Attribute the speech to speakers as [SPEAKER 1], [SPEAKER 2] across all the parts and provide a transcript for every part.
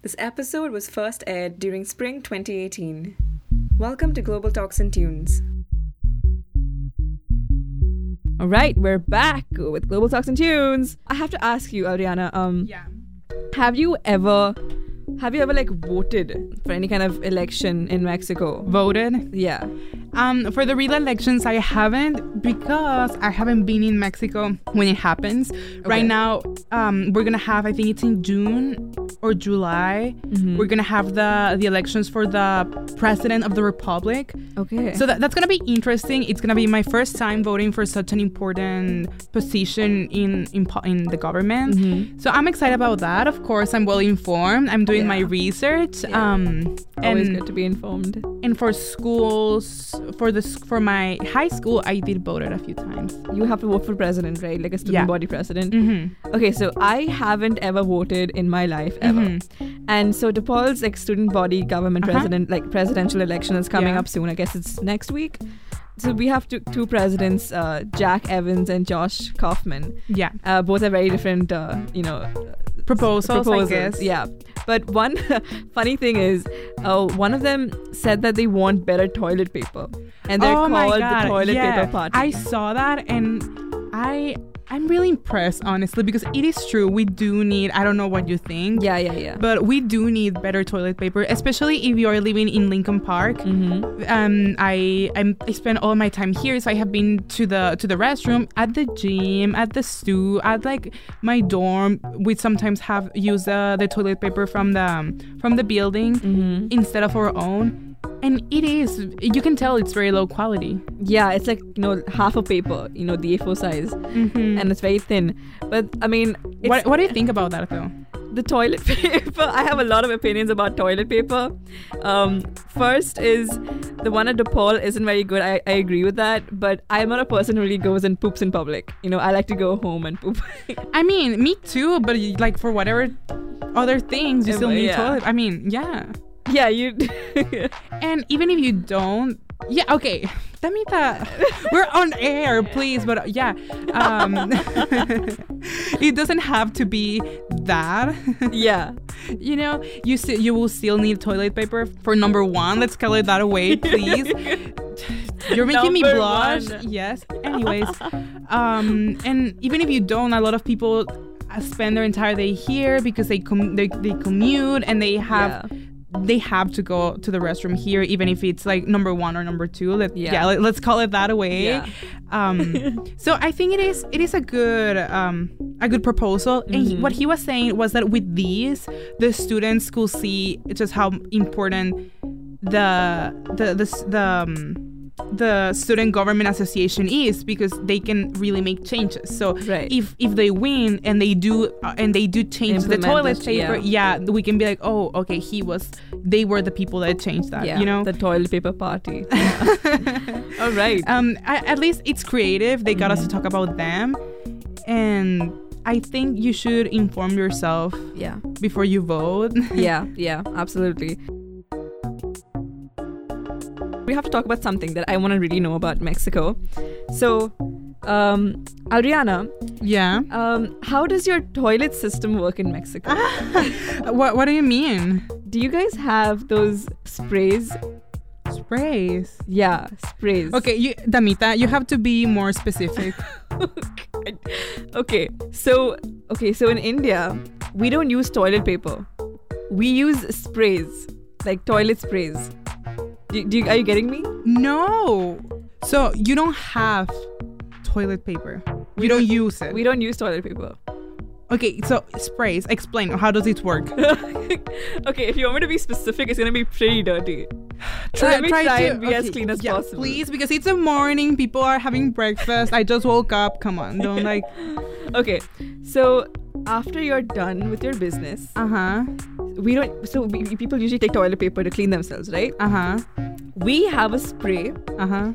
[SPEAKER 1] This episode was first aired during spring 2018. Welcome to Global Talks and Tunes.
[SPEAKER 2] All right, we're back with Global Talks and Tunes. I have to ask you, Ariana, um,
[SPEAKER 3] Yeah.
[SPEAKER 2] have you ever, have you ever like voted for any kind of election in Mexico?
[SPEAKER 3] Voted.
[SPEAKER 2] Yeah.
[SPEAKER 3] Um, for the real elections, I haven't because I haven't been in Mexico when it happens.
[SPEAKER 2] Okay.
[SPEAKER 3] Right now, um, we're gonna have. I think it's in June or July.
[SPEAKER 1] Mm-hmm.
[SPEAKER 3] We're gonna have the the elections for the president of the republic.
[SPEAKER 2] Okay.
[SPEAKER 3] So that, that's gonna be interesting. It's gonna be my first time voting for such an important position in in, po- in the government.
[SPEAKER 2] Mm-hmm.
[SPEAKER 1] Mm-hmm.
[SPEAKER 3] So I'm excited about that. Of course, I'm well informed. I'm doing my
[SPEAKER 2] Yeah.
[SPEAKER 3] research.
[SPEAKER 2] Yeah.
[SPEAKER 3] Um,
[SPEAKER 2] always
[SPEAKER 3] and
[SPEAKER 2] good to be informed.
[SPEAKER 3] and for schools, for the s- for my high school, I did vote it a few times.
[SPEAKER 2] You have to vote for president, right? Like a student
[SPEAKER 3] Yeah.
[SPEAKER 2] body president.
[SPEAKER 3] Mm-hmm.
[SPEAKER 1] Mm.
[SPEAKER 2] Okay, so I haven't ever voted in my life ever.
[SPEAKER 1] Mm-hmm.
[SPEAKER 2] And so DePaul's like student body government
[SPEAKER 3] Uh-huh.
[SPEAKER 2] president like presidential election is coming
[SPEAKER 3] Yeah.
[SPEAKER 2] up soon. I guess it's next week. So we have two, two presidents, uh, Jack Evans and Josh Kaufman.
[SPEAKER 3] Yeah,
[SPEAKER 2] Uh, both are very different, uh, you know,
[SPEAKER 3] proposals,
[SPEAKER 2] proposals.
[SPEAKER 3] I guess.
[SPEAKER 2] Yeah. But one funny thing is, uh, one of them said that they want better toilet paper, and they're
[SPEAKER 3] oh my
[SPEAKER 2] called
[SPEAKER 3] God.
[SPEAKER 2] the toilet
[SPEAKER 3] yeah.
[SPEAKER 2] paper party.
[SPEAKER 3] I saw that and I I'm really impressed honestly because it is true. We do need. I don't know what you think.
[SPEAKER 2] yeah, yeah, yeah.
[SPEAKER 3] But we do need better toilet paper, especially if you are living in Lincoln Park.
[SPEAKER 2] mm-hmm.
[SPEAKER 3] Um, I I'm, I spend all my time here, so I have been to the to the restroom at the gym, at the stew, at like my dorm. We sometimes have used uh, the toilet paper from the um, from the building
[SPEAKER 2] Mm-hmm.
[SPEAKER 3] instead of our own, and it is you can tell it's very low quality.
[SPEAKER 2] Yeah, it's like you know half a paper, you know the A4 size,
[SPEAKER 3] Mm-hmm.
[SPEAKER 2] and it's very thin. But I mean, it's
[SPEAKER 3] what what do you think about that though?
[SPEAKER 2] the toilet paper. I have a lot of opinions about toilet paper. Um, first is the one at DePaul isn't very good. I, I agree with that, but I'm not a person who really goes and poops in public. You know, I like to go home and poop.
[SPEAKER 3] I mean, me too, but you- like for whatever other things, you
[SPEAKER 2] Yeah,
[SPEAKER 3] still
[SPEAKER 2] but
[SPEAKER 3] need
[SPEAKER 2] yeah.
[SPEAKER 3] toilet. I mean, yeah.
[SPEAKER 2] yeah, you.
[SPEAKER 3] And even if you don't, yeah, okay. Damita, we're on air, please. But uh, yeah, um, it doesn't have to be that.
[SPEAKER 2] yeah.
[SPEAKER 3] you know, you sti- you will still need toilet paper for number one. Let's call it that away, please. You're making me
[SPEAKER 2] Number
[SPEAKER 3] blush.
[SPEAKER 2] one.
[SPEAKER 3] Yes. Anyways, um, and even if you don't, a lot of people uh, spend their entire day here because they com- they, they commute and they have
[SPEAKER 2] yeah.
[SPEAKER 3] they have to go to the restroom here, even if it's like number one or number two. Let,
[SPEAKER 2] Yeah.
[SPEAKER 3] yeah, let, us call it that away.
[SPEAKER 2] Yeah.
[SPEAKER 3] Um, so I think it is it is a good um, a good proposal. And he-
[SPEAKER 2] Mhm.
[SPEAKER 3] what he was saying was that with these, the students could see just how important the the the s- the, um, the student government association is because they can really make changes. So
[SPEAKER 2] Right.
[SPEAKER 3] if if they win and they do uh, and they do change the
[SPEAKER 2] Implement
[SPEAKER 3] toilet
[SPEAKER 2] it,
[SPEAKER 3] paper, yeah. we can be like, oh, okay, he was. They were the people that changed that.
[SPEAKER 2] yeah.
[SPEAKER 3] uh, you know.
[SPEAKER 2] the toilet paper party. All right.
[SPEAKER 3] um, a- at least it's creative. They got us to talk about them, and I think you should inform yourself
[SPEAKER 2] Yeah.
[SPEAKER 3] before you vote.
[SPEAKER 2] yeah, yeah, absolutely. We have to talk about something that I want to really know about Mexico. So, um, Adriana,
[SPEAKER 3] yeah.
[SPEAKER 2] um, how does your toilet system work in Mexico?
[SPEAKER 3] Uh, What What do you mean?
[SPEAKER 2] Do you guys have those sprays?
[SPEAKER 3] Sprays.
[SPEAKER 2] Yeah, sprays.
[SPEAKER 3] Okay, you, Damita, you have to be more specific.
[SPEAKER 2] okay. So, okay, so in India, we don't use toilet paper. We use sprays, like toilet sprays. Do, do you, are you getting me?
[SPEAKER 3] no. So you don't have toilet paper. You don't use it.
[SPEAKER 2] We don't use toilet paper.
[SPEAKER 3] Okay, so sprays. Explain how does it work?
[SPEAKER 2] okay, if you want me to be specific, it's gonna be pretty dirty. So let me try and be as clean as
[SPEAKER 3] yeah,
[SPEAKER 2] possible. Oh.
[SPEAKER 3] please, because it's a morning. People are having breakfast. I just woke up. Come on, don't like.
[SPEAKER 2] Okay, so after you're done with your business,
[SPEAKER 3] Uh huh.
[SPEAKER 2] we don't. So we, we- people usually take toilet paper to clean themselves, right?
[SPEAKER 3] Uh huh.
[SPEAKER 2] We have a spray
[SPEAKER 3] Uh huh.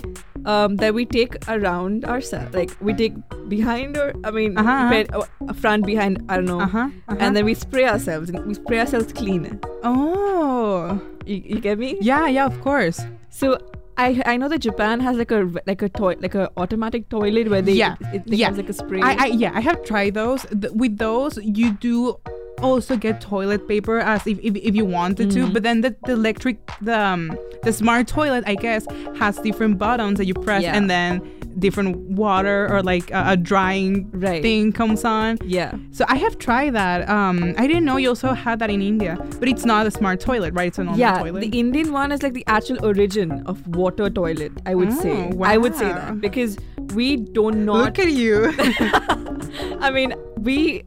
[SPEAKER 2] um, that we take around ourselves, like we take behind or I mean,
[SPEAKER 3] Uh-huh.
[SPEAKER 2] bed- or front, behind. I don't know.
[SPEAKER 3] Uh huh.
[SPEAKER 2] And then we spray ourselves. and We spray ourselves clean.
[SPEAKER 3] Oh.
[SPEAKER 2] You, you get me?
[SPEAKER 3] Yeah. Yeah. Of course.
[SPEAKER 2] So I I know that Japan has like a like a toilet like a automatic toilet where they
[SPEAKER 3] Yeah,
[SPEAKER 2] it, it
[SPEAKER 3] yeah.
[SPEAKER 2] has like a spray.
[SPEAKER 3] I, I yeah. I have tried those. Th- with those, you do also get toilet paper as if, if, if you wanted
[SPEAKER 2] Mm.
[SPEAKER 3] to but then the, the electric the, um, the smart toilet i guess has different buttons that you press
[SPEAKER 2] Yeah.
[SPEAKER 3] and then different water or like a, a drying
[SPEAKER 2] Right.
[SPEAKER 3] thing comes on
[SPEAKER 2] Yeah.
[SPEAKER 3] so i have tried that um i didn't know you also had that in india but it's not a smart toilet right it's a normal
[SPEAKER 2] yeah,
[SPEAKER 3] toilet
[SPEAKER 2] the Indian one is like the actual origin of water toilet. I would say.
[SPEAKER 3] Oh,
[SPEAKER 2] I would say
[SPEAKER 3] wow.
[SPEAKER 2] that because we do
[SPEAKER 3] look
[SPEAKER 2] not.
[SPEAKER 3] at you
[SPEAKER 2] I mean, we.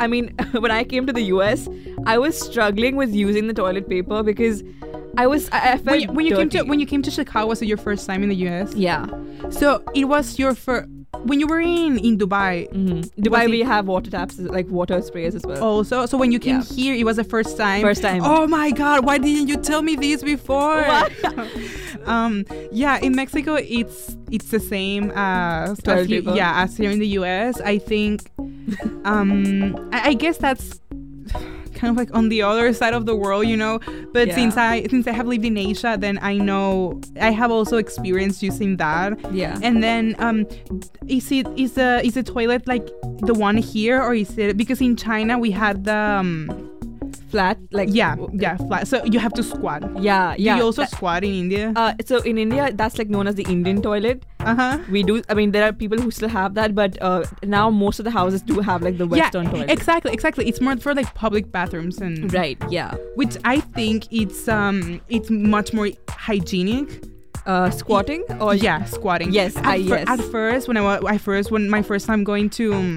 [SPEAKER 2] I mean, when I came to the US, I was struggling with using the toilet paper because I was. I, I felt
[SPEAKER 3] when you, when you came to
[SPEAKER 2] dirty.
[SPEAKER 3] when you came to chicago was it your first time in the us
[SPEAKER 2] Yeah.
[SPEAKER 3] so it was your first when you were in in dubai
[SPEAKER 2] Dubai,
[SPEAKER 3] Hmm. it-
[SPEAKER 2] we have water taps, like water sprays as well.
[SPEAKER 3] also. Oh, So when you came
[SPEAKER 2] Yeah.
[SPEAKER 3] here, it was the first time.
[SPEAKER 2] First time.
[SPEAKER 3] Oh my god! Why didn't you tell me this before? um, yeah, in Mexico, it's it's the same uh, as,
[SPEAKER 2] Toilet
[SPEAKER 3] as you-
[SPEAKER 2] paper.
[SPEAKER 3] yeah as here in the U.S. I think. Um, I, I guess that's kind of like on the other side of the world, you know. But
[SPEAKER 2] Yeah.
[SPEAKER 3] since I since I have lived in Asia, then I know I have also experienced using that.
[SPEAKER 2] Yeah.
[SPEAKER 3] And then, um, is it is the is the toilet like the one here, or is it because in China we had the um,
[SPEAKER 2] flat, like
[SPEAKER 3] yeah
[SPEAKER 2] w-
[SPEAKER 3] yeah flat? So you have to squat.
[SPEAKER 2] yeah,
[SPEAKER 3] Yeah,
[SPEAKER 2] yeah.
[SPEAKER 3] you also
[SPEAKER 2] That-
[SPEAKER 3] squat in India.
[SPEAKER 2] uh, so in India, that's like known as the Indian toilet.
[SPEAKER 3] Uh huh.
[SPEAKER 2] We do. I mean, there are people who still have that, but uh, now most of the houses do have like the
[SPEAKER 3] Yeah,
[SPEAKER 2] Western toilet.
[SPEAKER 3] exactly, exactly. It's more for like public bathrooms and
[SPEAKER 2] right. Yeah.
[SPEAKER 3] which I think it's um it's much more hygienic.
[SPEAKER 2] Uh, squatting or
[SPEAKER 3] Oh, yeah, squatting.
[SPEAKER 2] Yes,
[SPEAKER 3] at
[SPEAKER 2] I-
[SPEAKER 3] fir-
[SPEAKER 2] yes.
[SPEAKER 3] At first, when I, wa- I first when my first time going to um,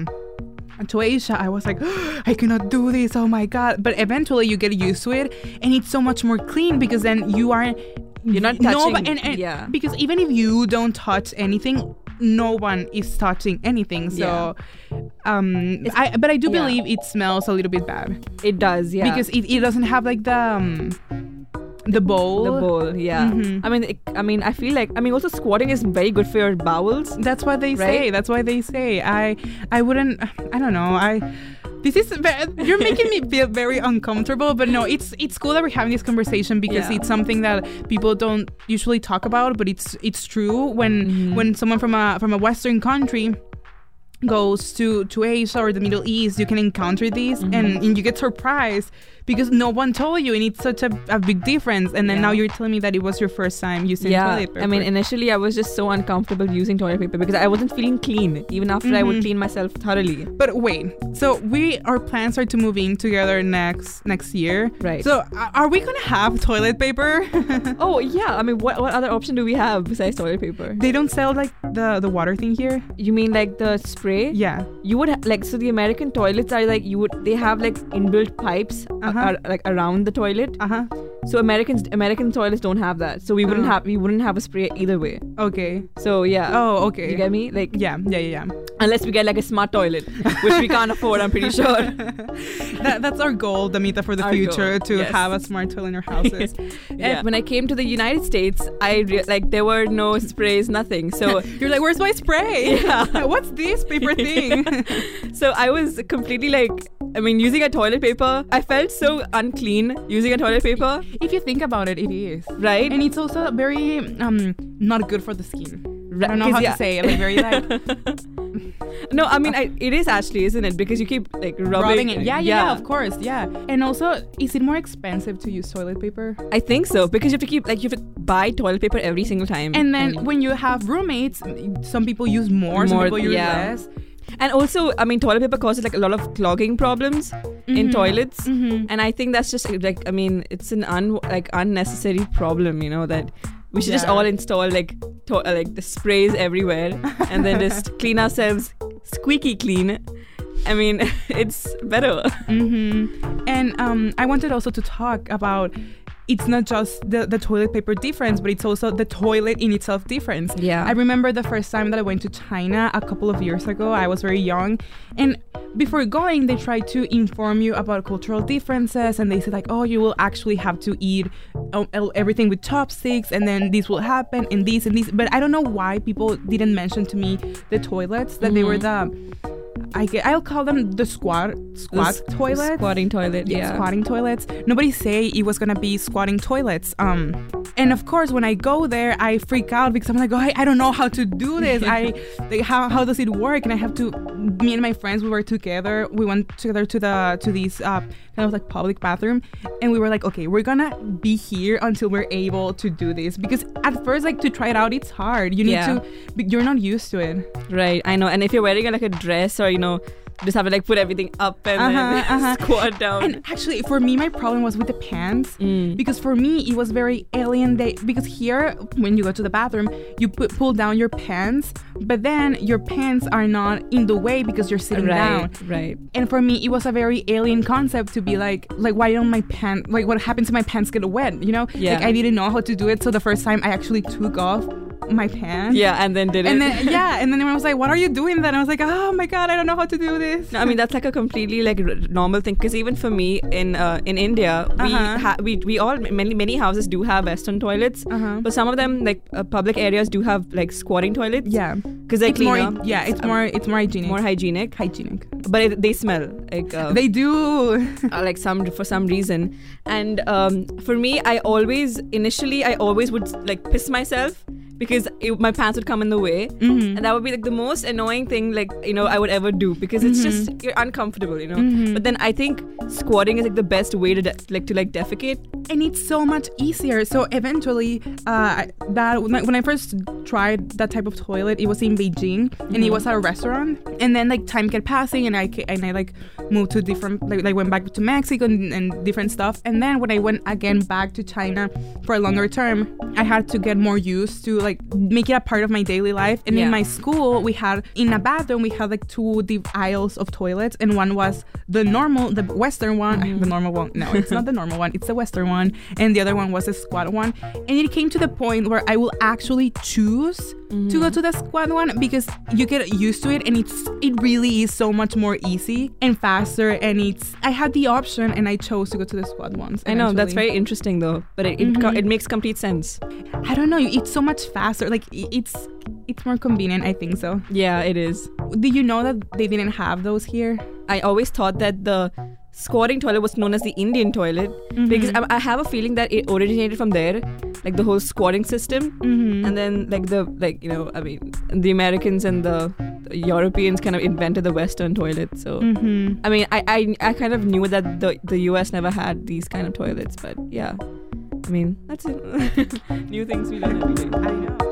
[SPEAKER 3] to Asia, I was like, I cannot do this. Oh my god! But eventually, you get used to it, and it's so much more clean because then you are
[SPEAKER 2] You're not
[SPEAKER 3] No,
[SPEAKER 2] touching-
[SPEAKER 3] but- and, and-
[SPEAKER 2] yeah.
[SPEAKER 3] Because even if you don't touch anything, no one is touching anything. So, um, I but I do
[SPEAKER 2] yeah.
[SPEAKER 3] believe it smells a little bit bad
[SPEAKER 2] It does. Yeah.
[SPEAKER 3] because it, it doesn't have like the um, the bowl.
[SPEAKER 2] the bowl. Mm-hmm. Yeah.
[SPEAKER 3] Mhm.
[SPEAKER 2] I mean, it, I mean, I feel like I mean, also squatting is very good for your bowels.
[SPEAKER 3] That's what they
[SPEAKER 2] Right?
[SPEAKER 3] say. That's why they say. I I wouldn't. I don't know. I. This is ve- you're making me feel very uncomfortable, but no, it's it's cool that we're having this conversation because
[SPEAKER 2] Yeah.
[SPEAKER 3] it's something that people don't usually talk about, but it's it's true when
[SPEAKER 2] Mm-hmm.
[SPEAKER 3] when someone from a from a Western country goes to to Asia or the Middle East, you can encounter these
[SPEAKER 2] Mm-hmm.
[SPEAKER 3] and, and you get surprised because no one told you, and it's such a, a big difference. And then
[SPEAKER 2] Yeah.
[SPEAKER 3] now you're telling me that it was your first time using
[SPEAKER 2] Yeah,
[SPEAKER 3] toilet
[SPEAKER 2] I mean,
[SPEAKER 3] paper.
[SPEAKER 2] initially I was just so uncomfortable using toilet paper because I wasn't feeling clean, even after I would clean myself thoroughly.
[SPEAKER 3] But wait, so we our plans are to move in together next next year.
[SPEAKER 2] Right.
[SPEAKER 3] So a- are we gonna have toilet paper?
[SPEAKER 2] Oh yeah, I mean, what what other option do we have besides toilet paper?
[SPEAKER 3] they don't sell like the the water thing here.
[SPEAKER 2] You mean like the spray?
[SPEAKER 3] Yeah.
[SPEAKER 2] You would ha- like so the American toilets are like you would they have like inbuilt pipes a-
[SPEAKER 3] Uh-huh.
[SPEAKER 2] ar- like around the toilet.
[SPEAKER 3] Uh huh.
[SPEAKER 2] So Americans American toilets don't have that. So we wouldn't
[SPEAKER 3] Uh-huh.
[SPEAKER 2] have we wouldn't have a spray either way.
[SPEAKER 3] Okay.
[SPEAKER 2] So yeah.
[SPEAKER 3] Oh, okay.
[SPEAKER 2] You get me? Like
[SPEAKER 3] yeah, yeah, yeah, yeah.
[SPEAKER 2] unless we get like a smart toilet, which we can't afford, I'm pretty sure.
[SPEAKER 3] That, that's our goal, Damita, for the
[SPEAKER 2] Our
[SPEAKER 3] future
[SPEAKER 2] goal,
[SPEAKER 3] to
[SPEAKER 2] yes.
[SPEAKER 3] have a smart toilet in our houses.
[SPEAKER 2] And when I came to the United States, I re- like there were no sprays, nothing. So
[SPEAKER 3] You're like, where's my spray?
[SPEAKER 2] Yeah.
[SPEAKER 3] What's this paper thing?
[SPEAKER 2] so I was completely like, I mean, using a toilet paper. I felt so unclean using a toilet paper,
[SPEAKER 3] if you think about it, it is.
[SPEAKER 2] right?
[SPEAKER 3] And it's also very um not good for the skin. I don't know how to say it. Like very like
[SPEAKER 2] no, I mean, I, it is actually, isn't it? Because you keep like rubbing,
[SPEAKER 3] rubbing it. Yeah, yeah, yeah, of course, yeah. And also, is it more expensive to use toilet paper?
[SPEAKER 2] I think so because you have to keep like you have to buy toilet paper every single time.
[SPEAKER 3] And then when you have roommates, some people use more, some
[SPEAKER 2] mm. More,
[SPEAKER 3] people use
[SPEAKER 2] yeah.
[SPEAKER 3] less.
[SPEAKER 2] and also, I mean, toilet paper causes like a lot of clogging problems in
[SPEAKER 3] Mhm.
[SPEAKER 2] toilets.
[SPEAKER 3] Mm-hmm.
[SPEAKER 2] And I think that's just like I mean, it's an un like unnecessary problem, you know that. We should just
[SPEAKER 3] Yeah.
[SPEAKER 2] all install like to- uh, like the sprays everywhere, and then just clean ourselves squeaky clean. I mean, it's better.
[SPEAKER 3] Mm-hmm. And um, I wanted also to talk about it's not just the, the toilet paper difference, but it's also the toilet in itself difference.
[SPEAKER 2] Yeah.
[SPEAKER 3] I remember the first time that I went to China a couple of years ago. I was very young. And before going, they try to inform you about cultural differences. And they said, like, oh, you will actually have to eat um, el- everything with chopsticks. And then this will happen and this and this. But I don't know why people didn't mention to me the toilets, that they were the. I get, I'll call them the squat squat
[SPEAKER 2] Squ-
[SPEAKER 3] toilets.
[SPEAKER 2] squatting toilet.
[SPEAKER 3] Yeah,
[SPEAKER 2] Yeah,
[SPEAKER 3] squatting toilets. Nobody say it was gonna be squatting toilets. Um, and of course, when I go there, I freak out because I'm like, oh, I, I don't know how to do this. I, like, how how does it work? And I have to me and my friends we were together we went together to the to this uh, kind of like public bathroom and we were like okay we're gonna be here until we're able to do this because at first like to try it out it's hard you need
[SPEAKER 2] Yeah.
[SPEAKER 3] to but you're not used to it
[SPEAKER 2] Right, I know. And if you're wearing like a dress or you know, just have to like put everything up and then
[SPEAKER 3] Uh-huh, uh-huh.
[SPEAKER 2] squat down.
[SPEAKER 3] and actually for me my problem was with the pants
[SPEAKER 2] Mm.
[SPEAKER 3] because for me it was very alien day because here when you go to the bathroom you put, pull down your pants but then your pants are not in the way because you're sitting down
[SPEAKER 2] right, right.
[SPEAKER 3] and for me it was a very alien concept to be like like why don't my pants like what happens if my pants get wet you know
[SPEAKER 2] Yeah.
[SPEAKER 3] like i didn't know how to do it so the first time i actually took off my pants
[SPEAKER 2] Yeah, and then did it.
[SPEAKER 3] and then yeah and then everyone was like what are you doing then i was like oh my god i don't know how to do this
[SPEAKER 2] No, I mean that's like a completely like r- normal thing because even for me in uh, in India, we,
[SPEAKER 3] Uh-huh.
[SPEAKER 2] ha- we we all many many houses do have Western toilets,
[SPEAKER 3] uh-huh
[SPEAKER 2] but some of them like uh, public areas do have like squatting toilets.
[SPEAKER 3] yeah
[SPEAKER 2] because they're
[SPEAKER 3] it's more
[SPEAKER 2] cleaner, uh,
[SPEAKER 3] yeah it's more it's more hygienic
[SPEAKER 2] more hygienic,
[SPEAKER 3] hygienic
[SPEAKER 2] but it, they smell like uh,
[SPEAKER 3] they do
[SPEAKER 2] uh, like some for some reason. And um, for me, I always initially I always would like piss myself because it, my pants would come in the way.
[SPEAKER 3] Mhm.
[SPEAKER 2] And that would be like the most annoying thing, like you know, I would ever do because it's just you're uncomfortable, you know. But then I think squatting is like the best way to de- like to like defecate.
[SPEAKER 3] and it's so much easier. So eventually, uh, I- that when I, when I first tried that type of toilet, it was in Beijing, and it was at a restaurant. And then like time kept passing, and I ca- and I like moved to different like, like went back to Mexico and, and different stuff. And then when I went again back to China for a longer term, I had to get more used to like make it a part of my daily life. And
[SPEAKER 2] Yeah.
[SPEAKER 3] in my school, we had in a bathroom we had like two div- aisles of toilets, and one was the normal, the Western one, the normal one. No, it's not the normal one. It's the Western one, and the other one was the squat one. And it came to the point where I will actually choose to
[SPEAKER 2] Mm-hmm.
[SPEAKER 3] go to the squat one because you get used to it, and it's it really is so much more easy and faster. And it's I had the option, and I chose to go to the squat ones.
[SPEAKER 2] I know that's
[SPEAKER 3] eventually.
[SPEAKER 2] very interesting though, but it it, co- it makes complete sense.
[SPEAKER 3] I don't know. It's so much faster. Like i- it's it's more convenient. I think so.
[SPEAKER 2] Yeah, it is.
[SPEAKER 3] Do you know that they didn't have those here?
[SPEAKER 2] I always thought that the squatting toilet was known as the Indian toilet because I, I have a feeling that it originated from there, like the whole squatting system,
[SPEAKER 3] Mm-hmm.
[SPEAKER 2] and then like the like you know I mean the Americans and the, the Europeans kind of invented the Western toilet. So
[SPEAKER 3] Mm-hmm.
[SPEAKER 2] I mean I, I I kind of knew that the the U.S. never had these kind of toilets, but yeah, I mean that's it. new things we learn every day.
[SPEAKER 3] I know.